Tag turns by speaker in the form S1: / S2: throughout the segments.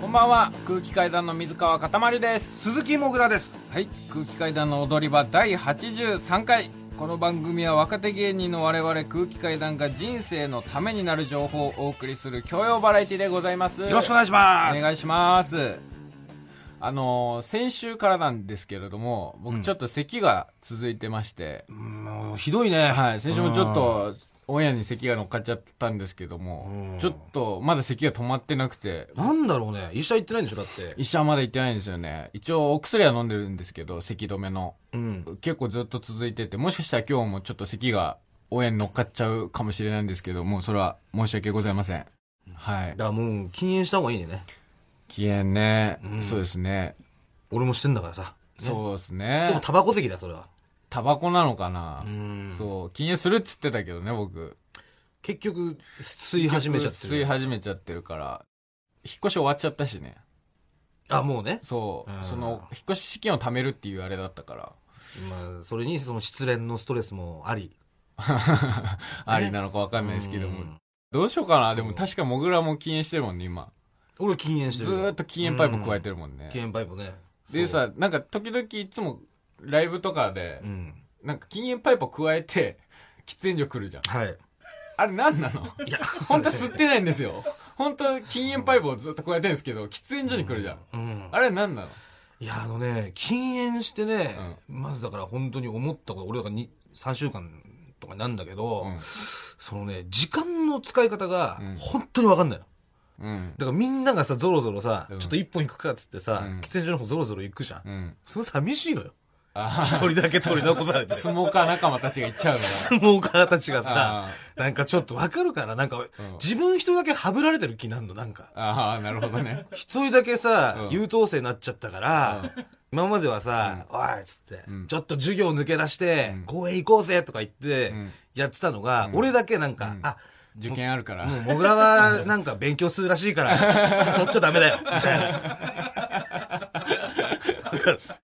S1: こんばんは空気階段の水川かたまりです
S2: 鈴木もぐらです
S1: はい空気階段の踊り場第83回この番組は若手芸人の我々空気階段が人生のためになる情報をお送りする教養バラエティでございます
S2: よろしくお願いします
S1: お願いしますあのー先週からなんですけれども僕ちょっと咳が続いてまして、
S2: もうひどいね
S1: はい先週もちょっとオンエアに咳が乗っかっちゃったんですけども、
S2: うん
S1: ちょっとまだ咳が止まってなくて
S2: なんだろうね医者行ってないんでしょだって
S1: 医者はまだ行ってないんですよね一応お薬は飲んでるんですけど咳止めの
S2: うん
S1: 結構ずっと続いててもしかしたら今日もちょっと咳が応援乗っかっちゃうかもしれないんですけどもうそれは申し訳ございませんはい
S2: だからもう禁煙した方がいいね
S1: 禁煙ね、
S2: うん
S1: そうですね
S2: 俺もしてんだからさ
S1: そうです
S2: で
S1: ね
S2: もタバコ席だそれは
S1: タバコなのかな、
S2: ん
S1: そう禁煙するっつってたけどね僕
S2: 結局吸い始めちゃって
S1: 吸い
S2: る
S1: 始めちゃってるから引っ越し終わっちゃったしね
S2: あもうね
S1: そう、
S2: うん
S1: その引っ越し資金を貯めるっていうあれだった から
S2: まあそれにその失恋のストレスもあり
S1: ありなのかわかんないですけども、
S2: うん
S1: どうしようかな。でも確かモグラも禁煙してるもんね、今。
S2: 俺禁煙してる
S1: ずーっと禁煙パイプ加えてるもん
S2: うん
S1: ね。
S2: 禁煙パイプね
S1: でさ、なんか時々いつもライブとかで
S2: う、ん
S1: なんか禁煙パイプ加えて、喫煙所来るじゃん。
S2: はい
S1: あれ何な の
S2: いや
S1: 本当吸ってないんですよ。本当禁煙パイプをずっと加えてるんですけど、喫煙所に来るじゃん。
S2: うん
S1: あれ何なの
S2: いやあのね禁煙してね、まずだから本当に思ったこと俺だからに3週間とかなんだけど、
S1: うん
S2: そのね時間の使い方が
S1: うん
S2: 本当に分かんないの、
S1: うん。
S2: だからみんながさぞろぞろさ、
S1: うん
S2: ちょっと一本行くかっつってさ、
S1: うん
S2: 喫煙所の方ぞろぞろ行くじゃん、
S1: うん。
S2: その寂しいのよ
S1: あ
S2: 一人だけ取り残されて
S1: あ、 スモーカー仲間たちが行っちゃうのか
S2: 相撲家たちが
S1: あ
S2: さなんかちょっと分かるかななんか、
S1: ん
S2: 自分一人だけはぶられてる気なんのなんか
S1: な。ああ、なるほどね。
S2: 一人だけさ、
S1: うん
S2: 優等生になっちゃったから、今まではさ、おいっつって、
S1: うん
S2: ちょっと授業抜け出して、
S1: うん
S2: 公園行こうぜとか言って
S1: うん、
S2: やってたのが、
S1: ん
S2: 俺だけなんか、
S1: うん
S2: あ、
S1: 受験あるから。
S2: もう、もぐら は、なんか勉強するらしいから、悟っちゃダメだよ、みたいな。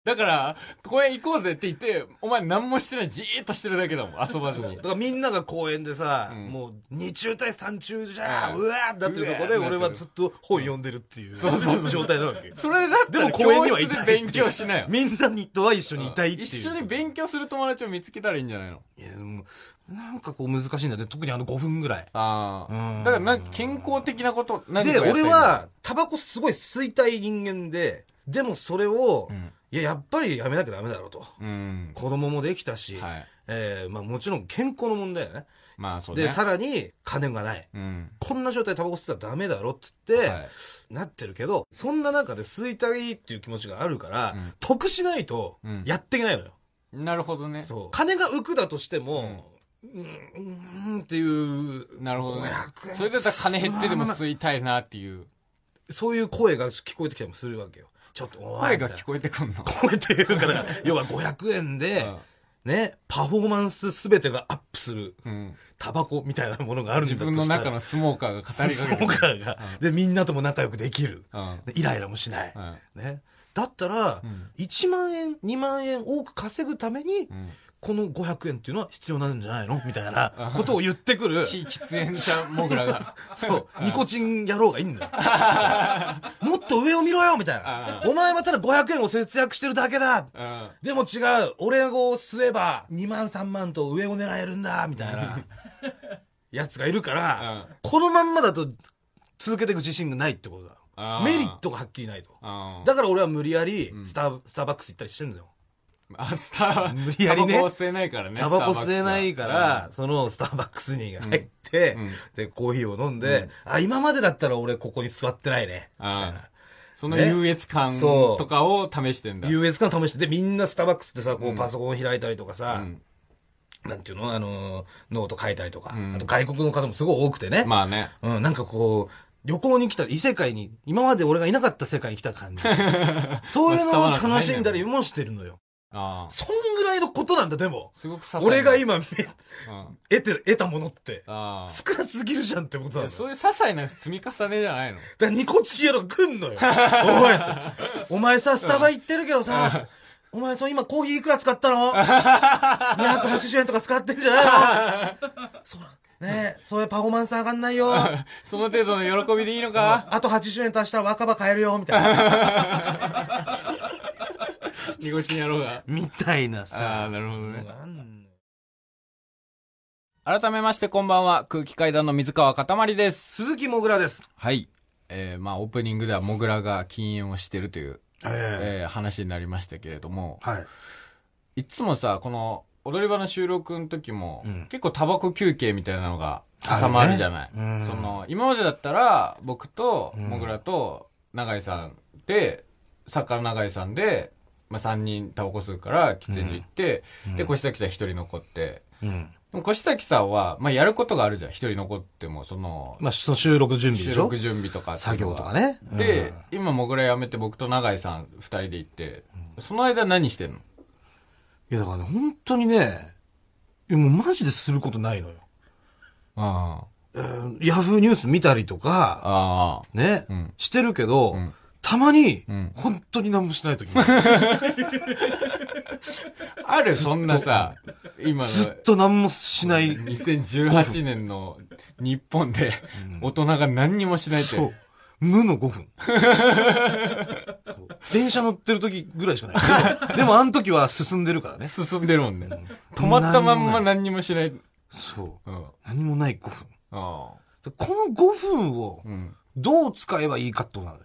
S1: だから、公園行こうぜって言って、お前何もしてない、じーっとしてるだけだもん、遊ばずに
S2: だ。からみんなが公園でさ、
S1: うん
S2: もう、二中対三中じゃ、
S1: うん
S2: ん、うわーってなってるとこで、
S1: うわー
S2: 俺はずっと本読んでるっていう、
S1: そうそうそう
S2: 状態なわけ。
S1: それだったら
S2: でも公園
S1: 教
S2: には
S1: 室
S2: いたい
S1: で勉強しなよ。
S2: みんなにとは一緒にいたいっていう。
S1: 一緒に勉強する友達を見つけたらいいんじゃないの
S2: いやでもなんかこう難しいんだね特にあの5分ぐらい
S1: あ
S2: う
S1: あ。
S2: ん
S1: だから、なんか健康的なこと、何か
S2: で
S1: やったらい
S2: 俺
S1: いんだ
S2: はタバコすごい吸いたい人間ででもそれを、
S1: ん
S2: いややっぱりやめなきゃダメだろうと
S1: うん。
S2: 子供もできたし、
S1: はい
S2: えーまあ、もちろん健康の問題だよね
S1: まあ、そうね。
S2: でさらに金がない
S1: うん。
S2: こんな状態でタバコ吸ったらダメだろっつって、
S1: はい
S2: なってるけどそんな中で吸いたいっていう気持ちがあるから、
S1: うん
S2: 得しないと
S1: うん
S2: やっていけないのよ、
S1: なるほどね。
S2: そう金が浮くだとしても、うん、うん、っていう
S1: なるほどね
S2: 500。円
S1: それだったら金減ってでも吸いたいなっていう。
S2: そういう声が聞こえてきたりもするわけよ。ちょっと、お
S1: 声
S2: い
S1: が聞こえてくんの。
S2: 声というか、だから 要は500円で、ね、パフォーマンス全てがアップする、
S1: うん。
S2: タバコみたいなものがあるんだ
S1: 自
S2: としたら
S1: 分の中のスモーカーが語りかけて
S2: スモ
S1: く
S2: ー
S1: る。
S2: カーが、で、みんなとも仲良くできる。
S1: うん。
S2: でイライラもしない。
S1: うん
S2: ね。だったら、
S1: ん
S2: 1万円、2万円多く稼ぐために、
S1: うん。
S2: この500円っていうのは必要なんじゃないのみたいなことを言ってくる。
S1: 非 喫煙者モグラが。
S2: そう、ニコチン野郎がいい んだよ。もっと上を見ろよみたいな。お前はただ500円を節約してるだけだ
S1: うん。
S2: でも違う俺を吸えば2万3万と上を狙えるんだみたい なやつがいるから、このまんまだと続けていく自信がないってこと
S1: あ
S2: だ
S1: ー
S2: メリットがはっきりないと
S1: うん
S2: だから俺は無理やりスタ,、スターバックス行ったりしてんのよ
S1: あスター
S2: 無理やりね
S1: タバコ吸えないからね
S2: タバコ吸えないか、ら
S1: ス、
S2: そのスターバックスに入って、
S1: うん
S2: で、コーヒーを飲んで、あ、今までだったら俺ここに座ってないね。
S1: ターバックスはうん
S2: みたいな
S1: その優越感
S2: ねそう
S1: とかを試してんだ、
S2: 優越感試して、で、みんなスターバックスってさ、こ
S1: うん
S2: うパソコン開いたりとか
S1: う
S2: さ、
S1: ん
S2: なんていうのあのー、ノート書いたりとか、
S1: ん
S2: あと外国の方もすごい多くてね。
S1: まあね
S2: うん、なんかこう、旅行に来た、異世界に、今まで俺がいなかった世界に来た 感じ。そういうのを楽しんだりもしてるのよ。
S1: ああ
S2: そんぐらいのことなんだ、でも。
S1: すごく些細な
S2: 俺が
S1: うん
S2: 今、め
S1: あ
S2: 得て、得たものって。
S1: あ
S2: 少なすぎるじゃんってこと
S1: い
S2: な
S1: や
S2: の。
S1: そういう些細な積み重ねじゃないの
S2: だからニコチエロ来んのよ。おいお前さ、スタバ行ってるけどさ、お前そう今コーヒーいくら使ったの ?280 円とか使ってんじゃないのそうねえ、そういうパフォーマンス上がんないよ。
S1: その程度の喜びでいいのか
S2: あと80円足したら若葉買えるよ、みたいな。
S1: みこちんやろうが。
S2: みたいな
S1: ああ、
S2: さ。
S1: なるほどね。
S2: なん
S1: 改めましてこんばんは、空気階段の水川かたまりです。
S2: 鈴木もぐらです。
S1: はい。えー、まあオープニングではモグラが禁煙をしてるという、
S2: え
S1: えー話になりましたけれども、
S2: えはい。
S1: いつもさ、この踊り場の収録の時も、
S2: うん
S1: 結構タバコ休憩みたいなのが挟まるじゃない。
S2: あるねうん
S1: その、今までだったら、僕と、
S2: ん
S1: もぐらと、永井さんで、作家の永井さんで、まあ、3人タバコ吸うから、喫煙所行って、で、越崎さん1人残って、
S2: うん。
S1: でも越崎さんは、まあ、やることがあるじゃん。1人残っても、その、
S2: まあ、その収録準備で
S1: 収
S2: しょ
S1: 録準備とかっていう
S2: 作
S1: の
S2: 業
S1: が
S2: とか。ね。
S1: で、今、もぐら辞めて、僕と永井さん2人で行って、その間何してんの
S2: うん、いや、だからね、本当にね、いやもうマジですることないのよ。
S1: あ
S2: えーヤフーニュース見たりと
S1: あ。
S2: か、
S1: ああ。
S2: ね、
S1: ん
S2: してるけど、
S1: ん
S2: たまに、
S1: ん
S2: 本当に何もし ないときもある
S1: あるそんなさ、今の
S2: ずっと何もしない。
S1: 2018年の日本で大人が何にもしないって。
S2: そう。無の5分。そう電車乗ってる時ぐらいしかない。でも、でもあの時は進んでるからね。
S1: 進んでるもんね。 止まったまんま何にもしない。うん。
S2: そう。
S1: あ
S2: 何もない5分。
S1: あ。
S2: でこの5分を
S1: うん。
S2: どう使えばいいかってことなのよ。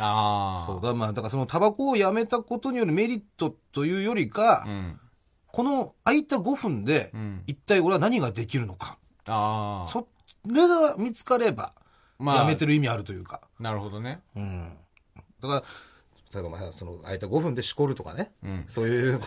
S1: ああ。
S2: そうだ、まあ、だからそのタバコをやめたことによるメリットというよりか、
S1: うん。
S2: この空いた5分で
S1: う、ん。
S2: 一体俺は何ができるのか。
S1: ああ。
S2: それが見つかれば、
S1: ま
S2: やめてる意味あるというか。
S1: なるほどね。
S2: うん。だから、例えばまあ、その空いた5分でしこるとかね。
S1: うん。
S2: そうい うこ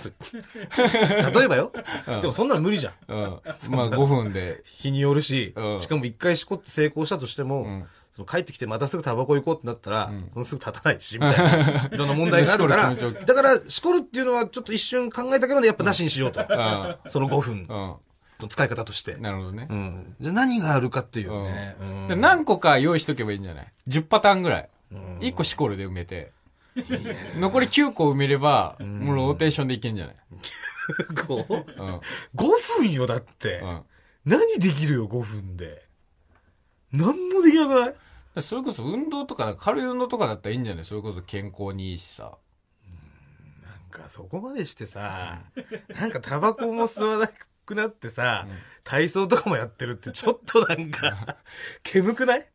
S2: と。例えばよ。でもそんなの無理じゃん。
S1: うん。まあ5分で。
S2: 日によるし、
S1: うん
S2: しかも一回しこって成功したとしても、
S1: ん
S2: その帰ってきてまたすぐタバコ行こうってなったら、
S1: ん
S2: そのすぐ立たないし、みた いな、いろんな問題があるか
S1: しこる気持ち
S2: ら、だから、しこるっていうのはちょっと一瞬考えたけどね、やっぱなしにしようと。
S1: うん。
S2: その5分
S1: うん。
S2: の使い方として。
S1: なるほどね
S2: う。ん。じゃあ何があるかっていうね。うん
S1: で何個か用意しとけばいいんじゃない ?10 パターンぐらい。1個シコールで埋めて。残り9個埋めれば、もうローテーションでいけんじゃない
S2: こ う
S1: うん。
S2: 5分よ、だって。
S1: うん。
S2: 何できるよ、5分で。何もできなくない
S1: それこそ運動とか、軽い運動とかだったらいいんじゃないそれこそ健康にいいしさ。
S2: なんかそこまでしてさ、なんかタバコも吸わなくなってさ、体操とかもやってるってちょっとなんか、煙くない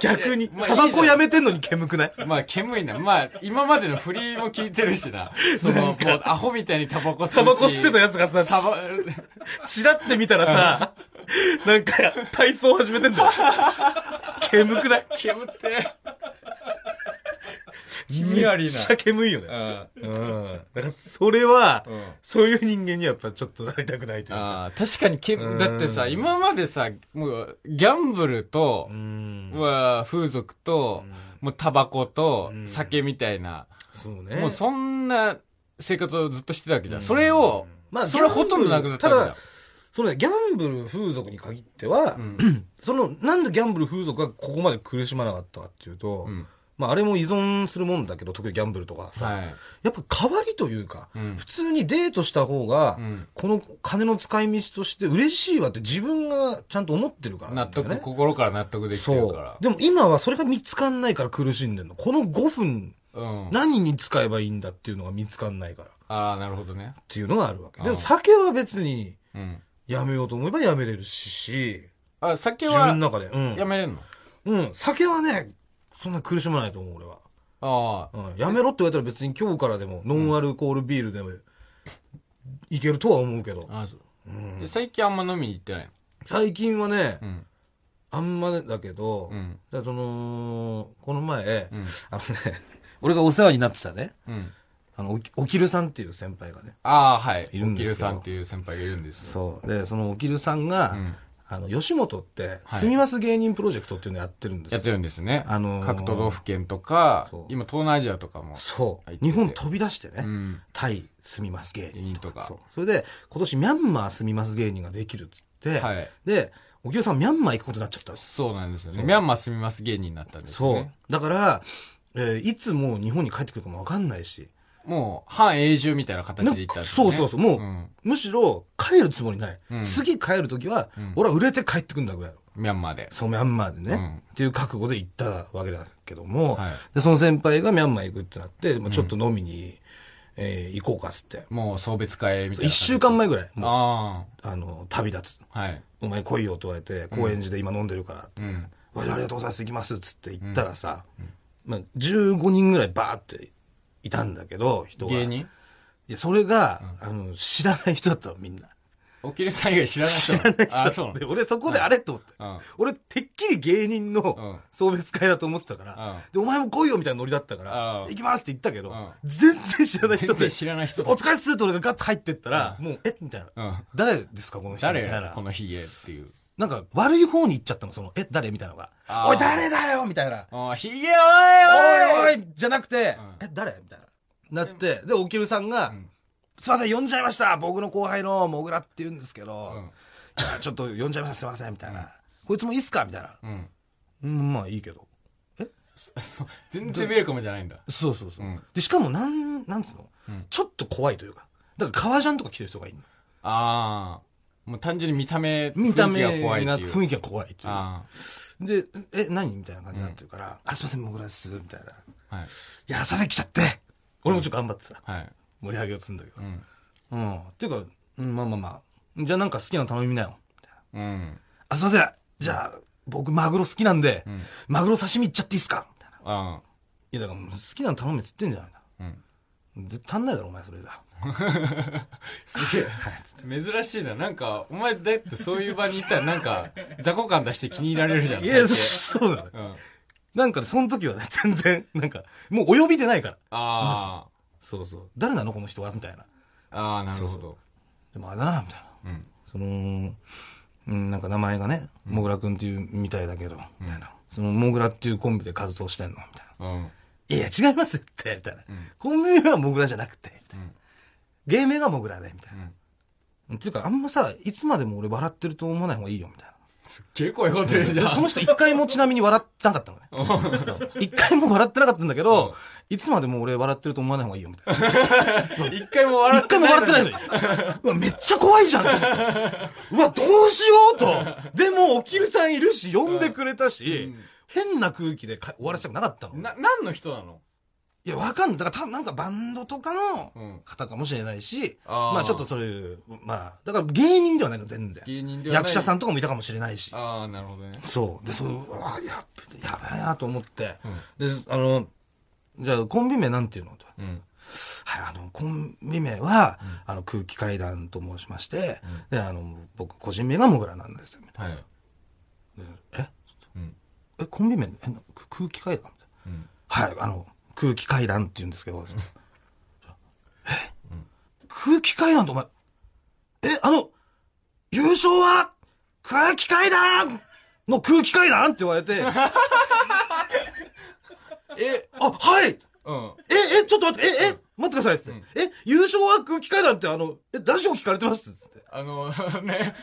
S2: 逆に、
S1: いやまあ
S2: タバコやめてんのに煙くない
S1: まあ、煙いな。まあ、今までの振りも聞いてるし な。その、もう、アホみたいにタバコ吸うし。
S2: タバコ吸ってたやつがさ
S1: サバ、
S2: チラって見たらさ、なんか体操始めて んだよ。煙くない
S1: 煙って。気
S2: め
S1: 味悪いな
S2: っちゃ煙いよ
S1: う
S2: ね。
S1: ん。
S2: うん。だからそれは、
S1: うん
S2: そういう人間にはやっぱちょっとなりたくないというか。
S1: ああ、確かにけ、
S2: うん
S1: だってさ、今までさ、もう、ギャンブルと
S2: う、ん。
S1: は風俗と、もうタバコと
S2: うん
S1: 酒みたいな、
S2: そうね。
S1: もうそんな生活をずっとしてたわけじゃん。それを、
S2: まあ
S1: それほとんどなくなったわけじゃん。
S2: ただそのね、ギャンブル風俗に限っては、その、なんでギャンブル風俗がここまで苦しまなかったかっていうと、
S1: ん
S2: まあ、あれも依存するもんだけど、特にギャンブルとかさ、
S1: はい。
S2: やっぱ代わりというか、
S1: うん
S2: 普通にデートした方が、
S1: うん
S2: この金の使い道として嬉しいわって自分がちゃんと思ってるからな
S1: 納
S2: んだよ
S1: 得、
S2: ね。
S1: 心から納得できてる
S2: そう
S1: か。
S2: でも今はそれが見つかんないから苦しんでんの。この5分、
S1: ら。うん。
S2: 何に使えばいいんだっていうのが見つかんないからっ
S1: ああ、なるほどね。
S2: ていうのがあるわけ。
S1: あー
S2: でも酒は別に、
S1: うん。
S2: やめようと思えばやめれるし、
S1: あ、酒
S2: 自分
S1: は
S2: の中で。うん。
S1: やめれんの
S2: うん。酒はね、そんな苦しまないと思う、俺は。
S1: ああ。
S2: うん。やめろって言われたら別に今日からでも、ノンアルコールビールでも、いけるとは思うけど。
S1: ああそう
S2: うん
S1: で最近あんま飲みに行ってない
S2: 最近はね、
S1: の。うん。
S2: あんまだけど、
S1: うん
S2: だからその、この前、
S1: ん
S2: あのね、俺がお世話になってたね、
S1: うん。
S2: あの、おきおきるさんっていう先輩がね。
S1: ああ、はい。
S2: いる
S1: お
S2: ん
S1: き
S2: ですよ
S1: るさんっていう先輩がいるんですよ。
S2: そう。で、そのおきるさんが、
S1: ん
S2: あの、吉本って、
S1: はい
S2: すみます芸人プロジェクトっていうのやってるんです
S1: や
S2: よ
S1: っ。てるんですね。
S2: あのー
S1: 各都道府県とか
S2: そう、
S1: 今東南アジアとかも。
S2: そ
S1: 入っ
S2: う
S1: て。て
S2: 日本飛び出してね、
S1: うん
S2: タイ住みます芸人とか。
S1: いいとか
S2: そうそれで、今年ミャンマー住みます芸人ができるっつって、
S1: はい
S2: で、お清さんミャンマー行くことになっちゃったんです。
S1: そうなんですよね。ミャンマー住みます芸人になったんです
S2: そ
S1: よ
S2: う。
S1: ね。
S2: だから、えーいつもう日本に帰ってくるかもわかんないし、
S1: もう、半永住みたいな形でいったんですよ
S2: そう
S1: ね
S2: そうそう。もう、
S1: ん
S2: むしろ、帰るつもりない。
S1: うん
S2: 次帰るときは、
S1: ん
S2: 俺は売れて帰ってくんだぐらいの。
S1: ミャンマーで。
S2: そう、ミャンマーでね、
S1: うん
S2: っていう覚悟で行ったわけだけども、
S1: はい
S2: で、その先輩がミャンマー行くってなって、まあ、ちょっと飲みに、えー行こうかっつって。
S1: もう送別会みたいな。
S2: 一週間前ぐらい、もう、
S1: あ
S2: あの、旅立つ。
S1: あ。はい。
S2: お前来いよと言われて、高円寺で今飲んでるからって。
S1: うん。
S2: わじゃあありがとうございます、行きますっつって行ったらさ、まあ、15人ぐらいバーっていたんだけど、人が。
S1: 芸人
S2: いや、それが、あの、知らない人だったの、みんな。
S1: おきるさん以外知らない人
S2: 知らない人
S1: あ、そうな
S2: で、俺そこであれと思って。
S1: のうん。
S2: 俺、てっきり芸
S1: う
S2: 人
S1: ん
S2: の送別会だと思ってたから、
S1: うん
S2: で、お前も来いよみたいなノリだったか
S1: う
S2: ら
S1: ん、
S2: 行きますって言ったけど、
S1: うん
S2: 全然知らない人
S1: 全
S2: で、
S1: 然知らない人
S2: お疲れっすって俺がガッと入ってったら、もう、えみたいな、
S1: うん
S2: 誰ですかこの人みたい
S1: 誰
S2: な
S1: こ。のヒゲっていう。
S2: なんか、悪い方に行っちゃったの、その、え誰みたいなのが
S1: あ。ー
S2: おい、誰だよみたいな。
S1: ああ、ヒゲおいお
S2: お
S1: い
S2: いおいじゃなくて、
S1: うん
S2: え誰みたいな。なって、で、おきるさんが、
S1: ん
S2: すいません、呼んじゃいました僕の後輩のモグラって言うんですけど、
S1: うん
S2: いやちょっと呼んじゃいました、すいません、みたいな。こいつもいいっすかみたいな。
S1: うん。
S2: うん、まあいいけど。
S1: そ そう全然ウェルカムじゃないんだ。
S2: そうそうそう。
S1: うん
S2: で、しかも、なん、なんつうの、ちょっと怖いというか。だから、革ジャンとか着てる人がいるの。
S1: ああ。もう単純に見た目、
S2: 見た目
S1: 雰囲気が怖いっ
S2: が
S1: ていう。
S2: 雰囲気が怖いという。
S1: あ
S2: で、え、何みたいな感じになってるから、あ、すいません、モグラです、みたいな。い
S1: あ。はい。
S2: や、朝で来ちゃって。俺もちょっと頑張ってさ、
S1: はい。
S2: 盛り上げようとするんだけど
S1: う。ん。
S2: うん。っていうか、うん、まあまあまあ。じゃあなんか好きなの頼みなよ。
S1: うん。
S2: あ、すいません。じゃあ、僕、マグロ好きなんで、
S1: ん
S2: マグロ刺身いっちゃっていいっすかみたいな。
S1: あ
S2: いや、だからもう好きなの頼めっつってんじゃん。
S1: あ。うん。
S2: 絶対足んないだろ、お前、それが。
S1: すげえ。 珍しいな。なんか、お前だってそういう場にいたらなんか、雑魚感出して気に入られるじゃん。
S2: いや、
S1: 大抵
S2: そそうだね。
S1: うん。
S2: なんかね、その時はね、 全然、なんか、もうお呼びでないから。
S1: あ
S2: そうそう。誰なのこの人はみたいな。
S1: あ。ああ、なるほど。
S2: でもあれだな、みたいな。
S1: うん。
S2: その、うん、なんか名前がね、モグラくんっていうみたいだけど、みたいな。その、モグラっていうコンビで活動してんのみたいな。
S1: うん。
S2: いやいや、違いますって、みたいな。コンビ名はモグラじゃなくて、みたいな。芸名がモグラで、みたいな。っていうか、あんまさ、いつまでも俺笑ってると思わない方がいいよ、みたいな。
S1: すっげえ声が出るじゃん。
S2: その人一回もちなみに笑ってなかったのね。 一回も笑ってなかったんだけど、いつまでも俺笑ってると思わない方がいいよ、みたいな。
S1: 一回も笑って
S2: 一回も
S1: ない。
S2: 笑ってないのに。 うわ、めっちゃ怖いじゃんと思って。うわ、どうしようと。でも、おきるさんいるし、呼んでくれたし、変な空気でか終わらせたくなかったの。
S1: な、何の人なの
S2: いや、わかんない。だから多分なんかバンドとか
S1: う
S2: の
S1: ん。
S2: 方かもしれないし、
S1: あー
S2: まあちょっとそういう、まあ、だから芸人ではないの、全然。
S1: 芸人ではない
S2: 役者さんとかもいたかもしれないし。
S1: ああ、なるほどね。
S2: そう。で、そう、うわやっべ、やばいなと思って、で、あの、じゃあ、コンビ名なんていうのと。
S1: うん。
S2: はい、あの、コンビ名は、あの、空気階段と申しまして、で、あの、僕、個人名がモグラなんですよ。みた
S1: はい。
S2: いなえ
S1: うん。
S2: え、コンビ名えなく空気階段み
S1: うん。
S2: たいなはい、あの、空気階段って言うんですけど、え空気階段とお前、え、あの、優勝は空気階段の空気階段って言われ て、
S1: え、
S2: あ、はい
S1: うん。
S2: え、え、ちょっと待って、え、え、待ってくださいっつって。え、優勝は空気階段ってあの、え、ラジオ聞かれてますっつって。
S1: あの、 ね、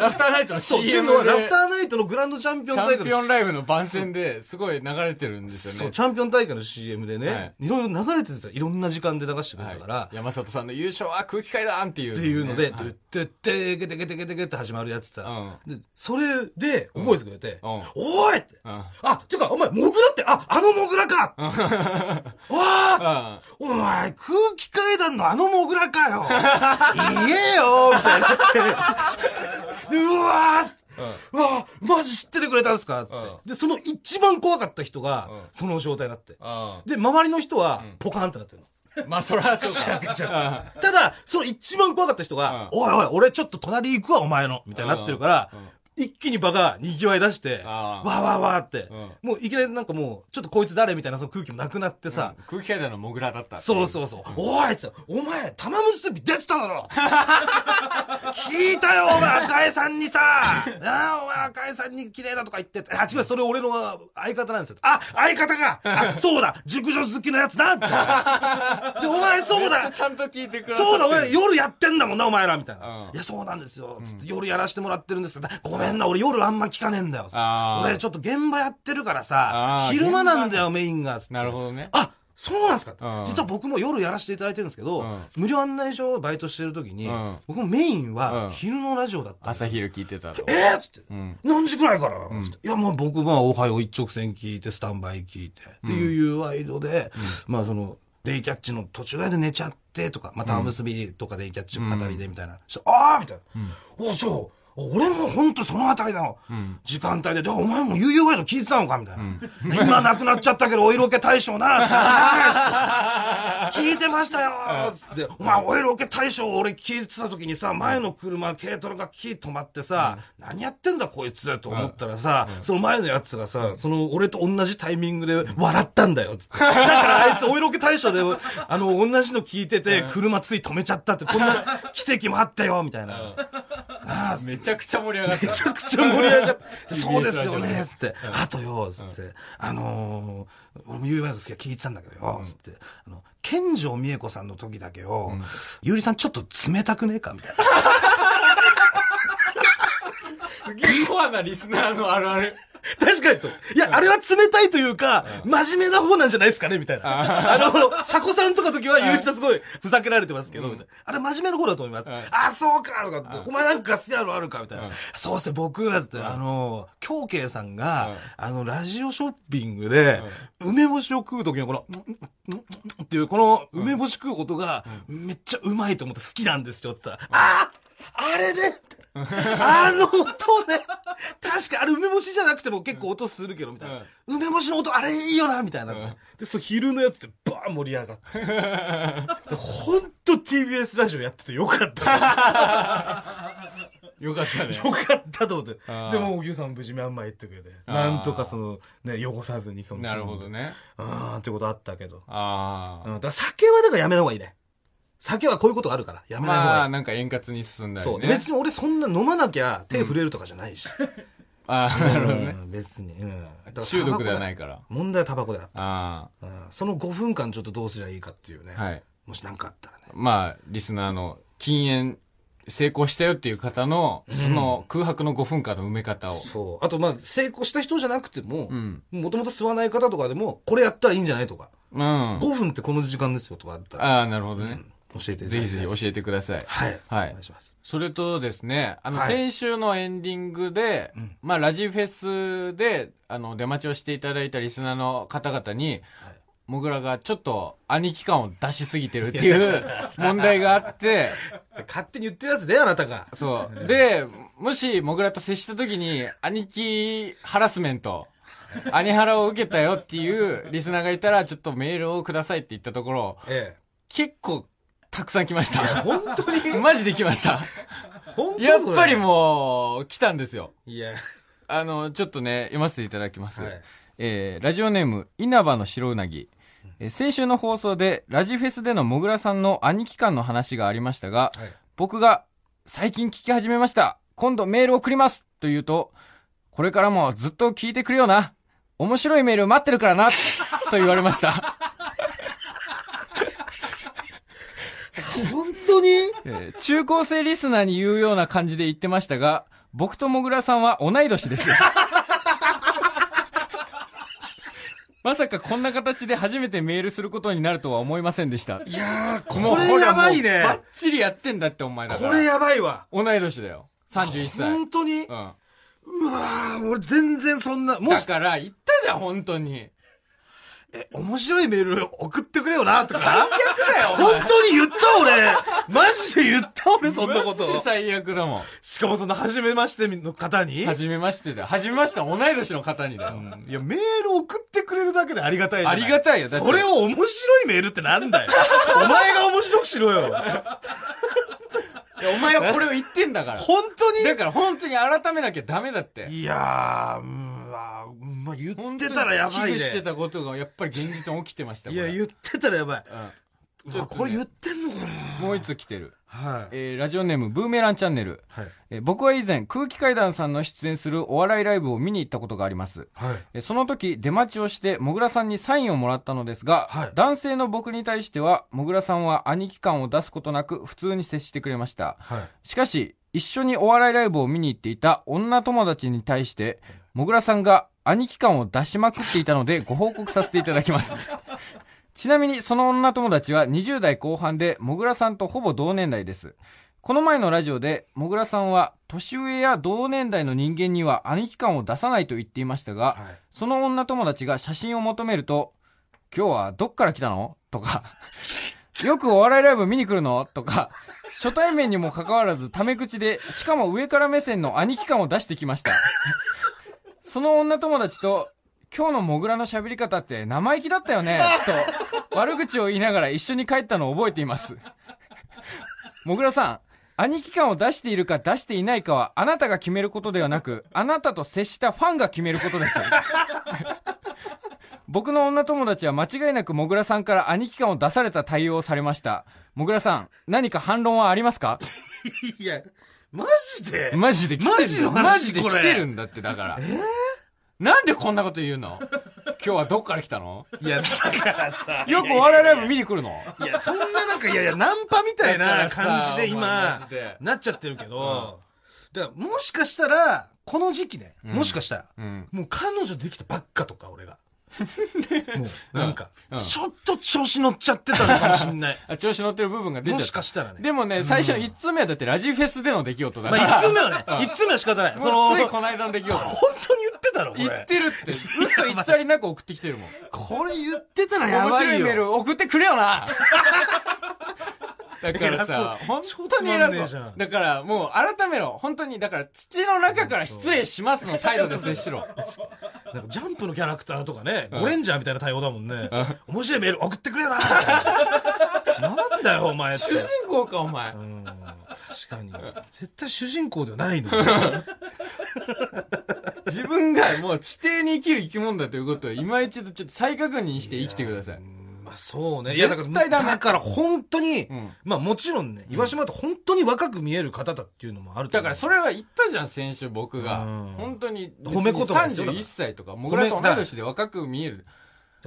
S1: ラフターナイトの
S2: そう、っていう
S1: CM
S2: のは、
S1: で、
S2: ラフターナイトのグランドチャンピオン
S1: チ
S2: 大会
S1: ャン
S2: の
S1: ピオンライブの番宣ですごい流れてるんです
S2: そ
S1: よ
S2: う、
S1: ね。
S2: チャンピオン大会の CM でね、
S1: はい
S2: い、ろいろ流れてた、いろんな時間で流してくれたから、
S1: はい山里さんの優勝は空気階段っていう、
S2: っていうの
S1: は
S2: で、ドゥッドゥッテーゲテゲテゲテゲテって始まるやつさ、
S1: う
S2: でそれで覚えてくれて、
S1: うんうん
S2: おーいって、
S1: うん
S2: あ、てか、お前、モグラって、あ、あのモグラかわあ
S1: あ
S2: お前、空気階段のあのモグラか よ言えよみたいになって。でうわーうわーマジ知っててくれたんすかつって、
S1: う
S2: で、その一番怖かった人が、
S1: うん
S2: その状態になって。
S1: あ
S2: で、周りの人は、ポカーンってなってるの。
S1: まあ、そらそう
S2: 口
S1: か。
S2: 開けちゃう。ただ、その一番怖かった人が、おいおい、俺ちょっと隣行くわ、お前の。みたいになってるから、一気に場が賑わい出して、
S1: あ
S2: わ
S1: あ
S2: ーわーわーって
S1: うん、
S2: もういきなりなんかもう、ちょっとこいつ誰みたいなその空気もなくなってさ、
S1: 空気階段のモグラだった。。
S2: そうそううそう。おいっつってお前、玉結び出てた だろ聞いたよ、お前、赤江さんにさなあ、お前、赤江さんに綺麗だとか言って。あ、違う、それ俺の相方なんですよ。あ、相方があ、そうだ熟女好きのやつなみたいなで、お前、そうだ
S1: ちゃんと聞いてくださってる
S2: そうだ、お前、夜やってんだもんな、お前ら、みたいな。
S1: うん
S2: いや、そうなんですよ。つって、夜やらしてもらってるんですけど、ごめんな、俺夜あんま聞かねえんだよ。
S1: あー
S2: 俺ちょっと現場やってるから
S1: あ
S2: さ、
S1: ー
S2: 昼間なんだよ、メインが。つって
S1: なるほどね。
S2: あ、そうなんですかって、
S1: うん
S2: 実は僕も夜やらせていただいてるんですけど、
S1: うん
S2: 無料案内所をバイトしてる時に、
S1: うん
S2: 僕もメイン
S1: うん
S2: は昼のラジオだったんです
S1: 朝昼聞いてたと
S2: えっ、つって、
S1: うん
S2: 何時ぐらいからなのつって、いや、まあ僕はおはよう一直線聞いて、スタンバイ聞いて、で、悠々ワイドで、まあその、デイキャッチの途中ぐらいで寝ちゃってとか、まあ玉結びとかデイキャッチあたりでみたいな。してああみたいな。おじゃあ、俺も本当そのあたりだの、時間帯で、で、お前も悠々ワイド聞いてたのかみたいな。今なくなっちゃったけど、お色気大 賞な。聞いてま したよつって、お前、オイルオケ大賞俺聞いてた時にさ、前の車、軽トラがキー止まってさ、何やってんだこいつと思ったらさ、その前のやつがさ、その俺と同じタイミングで笑ったんだよ、つ って。だからあいつ、オイルオケ大賞で、あの、同じの聞いてて、車つい止めちゃったって、こんな奇跡もあったよ、みたいな。
S1: めちゃくちゃ盛り上がっ
S2: めちゃくちゃ盛り上 がって、そうですよね、つって、あとよ、つって、あのー、俺も u バイト好きは聞いてたんだけどよ、つって、あの、健城美恵子さんの時だけよ、ゆうりさんちょっと冷たくねえかみたいな。
S1: すげえコアなリスナーのあるある。
S2: 確かにと。いや、あれは冷たいというか、真面目な方なんじゃないですかねみたいな。あの、佐古さんとか時は、ゆうりさんすごいふざけられてますけど、みたいな。あれ真面目な方だと思います。あ、そうかとか、お前なんか好きなのあるかみたいな。そうっすね、僕、だって、あの、京慶さんが、あの、ラジオショッピングで、梅干しを食う時のこの、んんんんっていう、この梅干し食うことが、めっちゃうまいと思って好きなんですよって言ったら、あああれで、 あの音ね。確か、あれ梅干しじゃなくても結構音するけど、みたいな。梅干しの音、あれいいよな、みたいな。で、そう、昼のやつでバーン盛り上がって。 ほんと TBS ラジオやっててよかった。よ
S1: よかったね。
S2: かったと思って。
S1: あー
S2: でも、おぎゅうさん無事にあんま言ってくれて。
S1: あー
S2: なんとかその、ね、汚さずにその。
S1: なるほど
S2: ね。
S1: ね。
S2: あーってことあったけど。
S1: あ
S2: うん、
S1: あ。
S2: だから酒はだからやめない方がいいね。酒はこういうことがあるから、やめない方がいい。
S1: まあ、なんか円滑に進んだ
S2: そ
S1: りね。
S2: う。別に俺そんな飲まなきゃ手触れるとかじゃないし。
S1: あ あ、なるほどね。
S2: うん別に、うん、だから
S1: 中毒ではないから
S2: タバコだ問題はタバコだよ、
S1: あ
S2: うんその5分間ちょっとどうすりゃいいかっていうね、
S1: あ。はい。
S2: もし何かあったらね
S1: まあ、リスナーの禁煙成功したよっていう方の、その空白の5分間の埋め方を。
S2: そうあとまあ成功した人じゃなくても
S1: うん。
S2: もともと吸わない方とかでもこれやったらいいんじゃないとか、
S1: うん。あ
S2: 5分ってこの時間ですよとかあったら、
S1: あ、なるほどね。
S2: 教えていただきたい
S1: ぜひぜひ
S2: えて
S1: 教えてください。
S2: はい、
S1: はい
S2: お願いします
S1: それとですね、あの、
S2: はい
S1: 先週のエンディングで、まあ、ラジフェスで、あの、出待ちをしていただいたリスナーの方々に、
S2: い
S1: もぐらがちょっと兄貴感を出しすぎてるっていう問題があって、
S2: 勝手に言ってるやつであなたが
S1: そう。で、もし、もぐらと接した時に、兄貴ハラスメント、兄ハラを受けたよっていうリスナーがいたら、ちょっとメールをくださいって言ったところ、
S2: え
S1: 結構、たくさん来まし
S2: え
S1: た。
S2: 本当に
S1: マジで来ました。
S2: 本当
S1: やっぱり
S2: う
S1: もう、来たんですよ。
S2: いや
S1: あの、ちょっとね、読ませていただきます。
S2: はい
S1: えーラジオネーム、稲葉の白うなぎ。えー先週の放送で、ラジフェスでのもぐらさんの兄貴間の話がありましたが、
S2: はい
S1: 僕が、最近聞き始めました。今度メール送りますと言うと、これからもずっと聞いてくれよな。面白いメール待ってるからなと言われま した。
S2: 本当に
S1: えー中高生リスナーに言うような感じで言ってましたが、僕ともぐらさんは同い年 です。まさかこんな形で初めてメールすることになるとは思いませんでした。
S2: いやー
S1: もうほ
S2: これ
S1: ら
S2: やばい
S1: もうバッ
S2: ね
S1: チリやってんだってお前だか
S2: こ
S1: ら。
S2: れやばいわ
S1: 同い年だよ。31歳。うん。
S2: 本当にうわー俺全然そんな、も
S1: だ
S2: し、
S1: から言ったじゃん、本当に。
S2: え、面白いメール送ってくれよな、とか。
S1: だよお前
S2: 本当に言った俺マジで言った俺そんなこ
S1: マジで
S2: と。
S1: 最悪だもん。
S2: しかもその、初めましての方に、
S1: はじめましてだよ。はじめましての同い年の方にだよ。
S2: いや、メール送ってくれるだけでありがたいじゃん。
S1: ありがたいよだって
S2: それを面白いメールってな んだよ。お前が面白くしろよ。
S1: いや、お前はこれを言ってんだから。
S2: 本当に
S1: だから本当に改めなきゃダメだって。
S2: いやー、うんわー、まあ、言
S1: 本
S2: っ
S1: 当に
S2: てたらやばい
S1: 危惧して
S2: ね。
S1: たことがやっぱり現実に起きてました。
S2: いや、
S1: これ
S2: 言ってたらやばい。
S1: うん
S2: うわこれ言ってんのかな
S1: もう一つ来てる。
S2: は
S1: え
S2: い。
S1: ーラジオネーム、ブーメランチャンネル。
S2: はい。
S1: えー僕は以前、空気階段さんの出演するお笑いライブを見に行ったことがあります。
S2: はい。
S1: えーその時、出待ちをして、もぐらさんにサインをもらったのですが、
S2: はい
S1: 男性の僕に対しては、もぐらさんは兄貴感を出すことなく、普通に接してくれました。
S2: はい。
S1: しかし、一緒にお笑いライブを見に行っていた女友達に対して、 もぐらさんが兄貴感を出しまくっていたのでご報告させていただきます。ちなみにその女友達は20代後半で、もぐらさんとほぼ同年代です。この前のラジオで、もぐらさんは、年上や同年代の人間には兄貴感を出さないと言っていましたが、
S2: はい
S1: その女友達が写真を求めると、今日はどっから来たのとか、よくお笑いライブ見に来るのとか、初対面にもかかわらずタメ口で、しかも上から目線の兄貴感を出してきました。その女友達と、今日のモグラの喋り方って生意気だったよね、と、悪口を言いながら一緒に帰ったのを覚えています。もぐらさん、兄貴感を出しているか出していないかはあなたが決めることではなく、あなたと接したファンが決めることです。僕の女友達は間違いなくもぐらさんから兄貴感を出された対応をされました。もぐらさん、何か反論はありますか
S2: いや、マジで
S1: マジで来てるんだ
S2: マジの話
S1: マジで
S2: これ
S1: 来てるんだって、だから。なんでこんなこと言うの今日はどっから来たの
S2: いや、だからさ。
S1: よくお笑いライブ見に来るの
S2: いや、そんななんか、いやいや、ナンパみたいな感じで
S1: だからさ
S2: 今
S1: お前マジで、
S2: なっちゃってるけど、だから、もしかしたら、この時期ね、もしかしたら、
S1: うん。
S2: もう彼女できたばっかとか、俺が。もう、なんか
S1: うん、
S2: ちょっと調子乗っちゃってたのかもしんない。
S1: あ、調子乗ってる部分が出ちゃった。
S2: もしかしたらね
S1: でもね、最初の1通目はだってラジフェスでの出来事だ
S2: ま
S1: か
S2: あ、
S1: ら。
S2: いつ目はね、いつ目は仕方ない。そ
S1: も
S2: の、
S1: うつい
S2: 本
S1: この間の出来事。
S2: 当に言ってたろ、こ
S1: 言っ
S2: れ。
S1: てるって、嘘偽りなく送ってきてるもん。
S2: これ言ってたらや
S1: 面
S2: ばいよ。
S1: 白いメール送ってくれよな だからさ
S2: 偉そ、う
S1: 本当に偉
S2: ちょっとつまんねえじ
S1: そ
S2: ゃ。
S1: うんだからもう改めろ。本当に、だから土の中から失礼しますの態度で接しろ。
S2: なんかジャンプのキャラクターとかね、ゴレンジャーみたいな対応だもんね。面白いメール送ってくれな。なんだよ、お前っ て。
S1: 主人公か、お前
S2: う。ん確かに。絶対主人公ではないの。
S1: 自分がもう地底に生きる生き物だということを今一度ちょっと再確認して生きてください。
S2: まあそうね。いや、だから、
S1: 絶対ダメ
S2: だから本当に
S1: ん、
S2: まあもちろんね、言わしてもらうと本当に若く見える方だっていうのもあると
S1: だ
S2: 思う
S1: からそれは言ったじゃん、先週僕が
S2: うん。
S1: 本当に。
S2: 褒め言葉ですよ
S1: 31歳とか、もぐらと同い年で若く見える。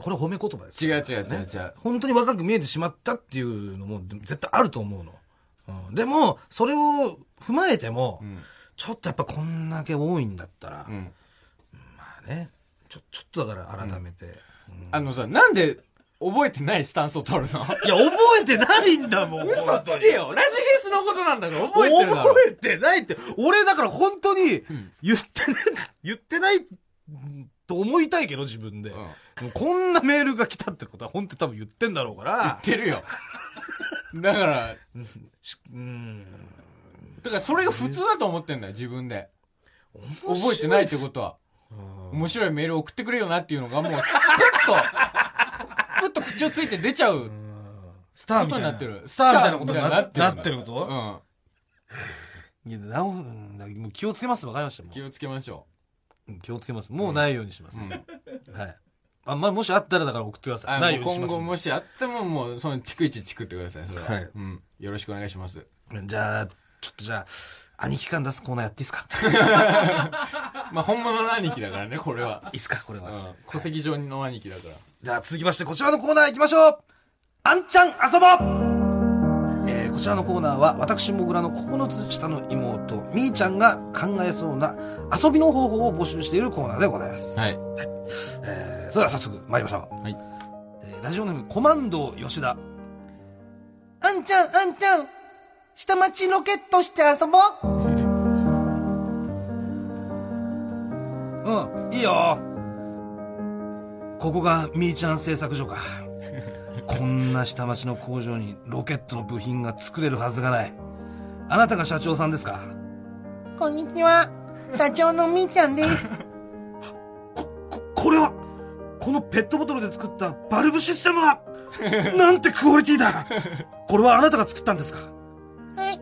S2: これ褒め言葉です
S1: 違う
S2: よ。
S1: 違う違う違う。
S2: 本当に若く見えてしまったっていうのも絶対あると思うの。うんでも、それを踏まえても、ちょっとやっぱこんだけ多いんだったら
S1: う、ん。
S2: まあね、ちょ、ちょっとだから改めて。うん
S1: あのさ、なんで覚えてないスタンスを取るの
S2: いや、覚えてないんだ もん。
S1: 嘘
S2: 本当
S1: つ
S2: に
S1: けよラジフェスのことなんだから覚えてるだろ
S2: 覚えてないって。俺だから本当に言ってない、言ってないと思いたいけど自分で。
S1: ん
S2: もうこんなメールが来たってことは本当に多分言ってんだろうか
S1: 言っ
S2: ら。
S1: てるよ。だから、
S2: しうん。
S1: だからそれが普通だと思ってんだよ、自分で。
S2: 面白
S1: 覚えてないってことは。面白いメール送ってくれよなっていうのがもう、プッと、プッと口をついて出ちゃう
S2: スター
S1: こと
S2: みたい
S1: に
S2: な。
S1: なってる。
S2: スターみたいなことに
S1: ス
S2: な
S1: ターみたい
S2: な
S1: に
S2: ってること、
S1: うん。
S2: いや、なお、もう気をつけます。わかりました。も
S1: 気をつけましょ
S2: ううん気をつけます。もうないようにします。
S1: う。うん。
S2: はい。あんまあ、もしあったらだから送ってください。
S1: あ
S2: な
S1: の
S2: いようにし
S1: 今
S2: ます。
S1: 後もしあってももう、その、逐一逐ってください、それは。
S2: はい
S1: うん。よろしくお願いします。
S2: じゃあ、ちょっとじゃあ、兄貴感出すコーナーやっていいですかい
S1: まあ、本物の兄貴だからね、これは。
S2: いっすかこれ
S1: う
S2: は。
S1: ん。戸籍上の兄貴だから。
S2: じゃあ続きましてこちらのコーナー行きましょうあんちゃん遊ぼうえーこちらのコーナーは私もぐらの9つ下の妹みーちゃんが考えそうな遊びの方法を募集しているコーナーでございます、
S1: はい。
S2: えーそれでは早速参りましょう、
S1: はい
S2: えーラジオネームコマンド吉田あんちゃんあんちゃん下町ロケットして遊ぼううんいいよここがみーちゃん製作所かこんな下町の工場にロケットの部品が作れるはずがないあなたが社長さんですか
S3: こんにちは。社長のみーちゃんです。
S2: こ、こ、これはこのペットボトルで作ったバルブシステムはなんてクオリティだこれはあなたが作ったんですか
S3: はい。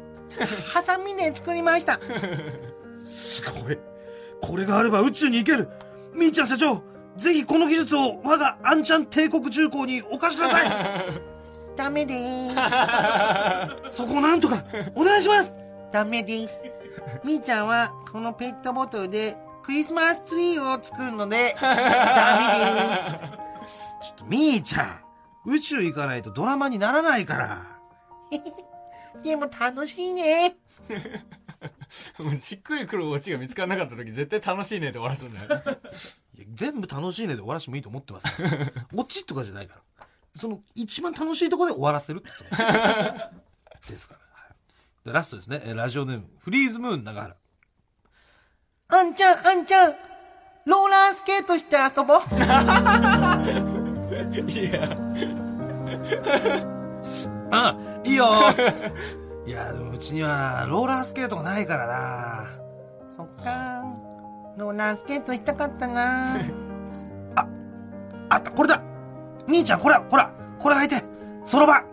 S3: ハサミで作りました。
S2: すごい。これがあれば宇宙に行けるみーちゃん社長ぜひこの技術を我がアンちゃん帝国重工にお貸しください
S3: ダメです。
S2: そこをなんとかお願いします
S3: ダメです。みーちゃんは、このペットボトルで、クリスマスツリーを作るので、ダ
S2: ちょっとみーちゃん宇宙行かないとドラマにならないから
S3: メです。でも楽しいね。
S1: もうしっくりくるオチが見つからなかった時絶対楽しいねって終わらすんだよ。
S2: いや全部楽しいねで終わらしてもいいと思ってますオチとかじゃないからその、一番楽しいところで終わらせるってこと ですから。はいでラストですね。えーラジオネーム、フリーズムーン長原。
S3: あんちゃん、あんちゃん、ローラースケートして遊ぼう。
S2: あいいよ いや、でもうちには、ローラースケートがないからな
S3: そっかローラースケートしたかったな
S2: あった、これだ兄ちゃん、これだ、これだ、これ履いて、そろばん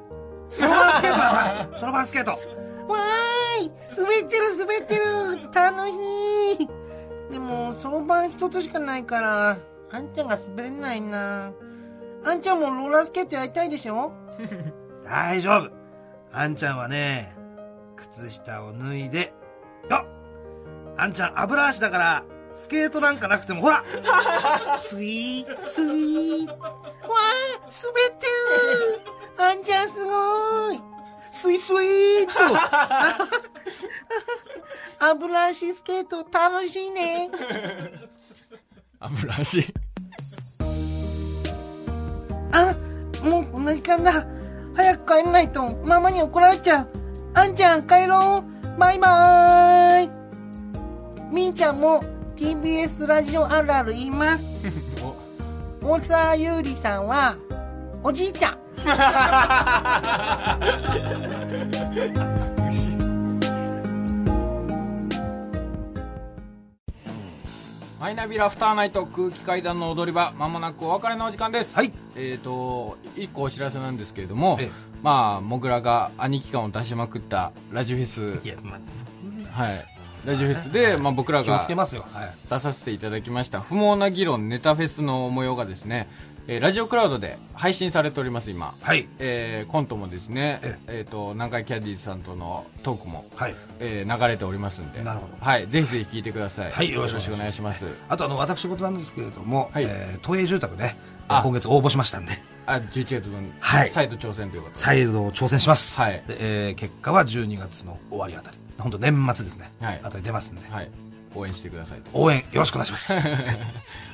S2: そろばんスケートだ、ほ ら、そろばんスケート。
S3: わーい滑ってる滑ってる楽しいでも、そろばん一つしかないから、あんちゃんが滑れないなあんちゃんもローラースケートやりたいでしょ
S2: 大丈夫。あんちゃんはね、靴下を脱いで、よっあんちゃん油足だから、スケートなんかなくてもほらスイー
S3: スイーわー滑ってるあんちゃんすごいスイスイーと油足スケート楽しいね
S1: 油足。
S3: あ、もうこんな時間だ。早く帰らないとママに怒られちゃう。あんちゃん帰ろう。バイバーイ。みーちゃんも TBS ラジオあるある言います。大沢優里さんは、おじいちゃん。
S1: マイナビラフターナイト空気階段の踊り場まもなくお別れのお時間です、
S2: はい
S1: えー、と一個お知らせなんですけれども
S2: ええ、
S1: まあ、モグラが兄貴感を出しまくったラジフェス
S2: い、や、まあ、
S1: はい、ラジフェスで、まあ、僕ら
S2: 気をつ
S1: が
S2: けますよ。はい。
S1: 出させていただきました不毛な議論ネタフェスの模様がですね、えーラジオクラウドで配信されております今、
S2: はい。
S1: えーコントもですね、え
S2: え
S1: ー、と南海キャディーズさんとのトークも、
S2: はい。
S1: えー流れておりますんで
S2: なるほど
S1: はい、ぜひぜひ聞いてください、
S2: はいよろしく
S1: お
S2: お
S1: 願
S2: 願
S1: い
S2: い
S1: し
S2: し
S1: ま
S2: ますあと、あの、私事なんですけれども、
S1: はい
S2: えー都営住宅ね、
S1: あ
S2: 今月応募しましたんで、
S1: あ11月分、
S2: はい
S1: 再度挑戦ということで
S2: 再度挑戦します。
S1: はい
S2: でえー結果は12月の終わりあたり。本当年末ですね。
S1: はい
S2: あたり出ますんで、
S1: はい、応援してくださいと
S2: 応援よろしくお願いします。は、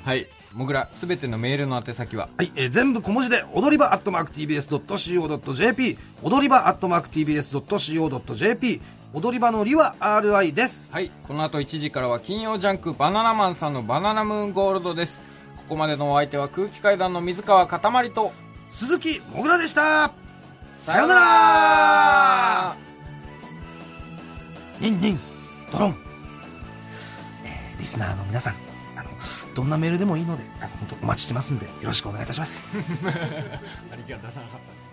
S1: はいもぐらすべてのメールの宛先はい
S2: えー全部小文字で、踊り場アットマーク TBS.CO.JP、踊り場アットマーク TBS.CO.JP、踊り場のりは RI です。
S1: はいこの後1時からは金曜ジャンクバナナマンさんの「バナナムーンゴールド」ですここまでのお相手は空気階段の水川かたまりと
S2: 鈴木もぐらでした
S1: さ
S2: ようならニンニンドロン、えーリスナーの皆さんあのどんなメールでもいいのであの本当お待ちしてますんでよろしくお願いいたします
S1: 兄貴は出さなかったね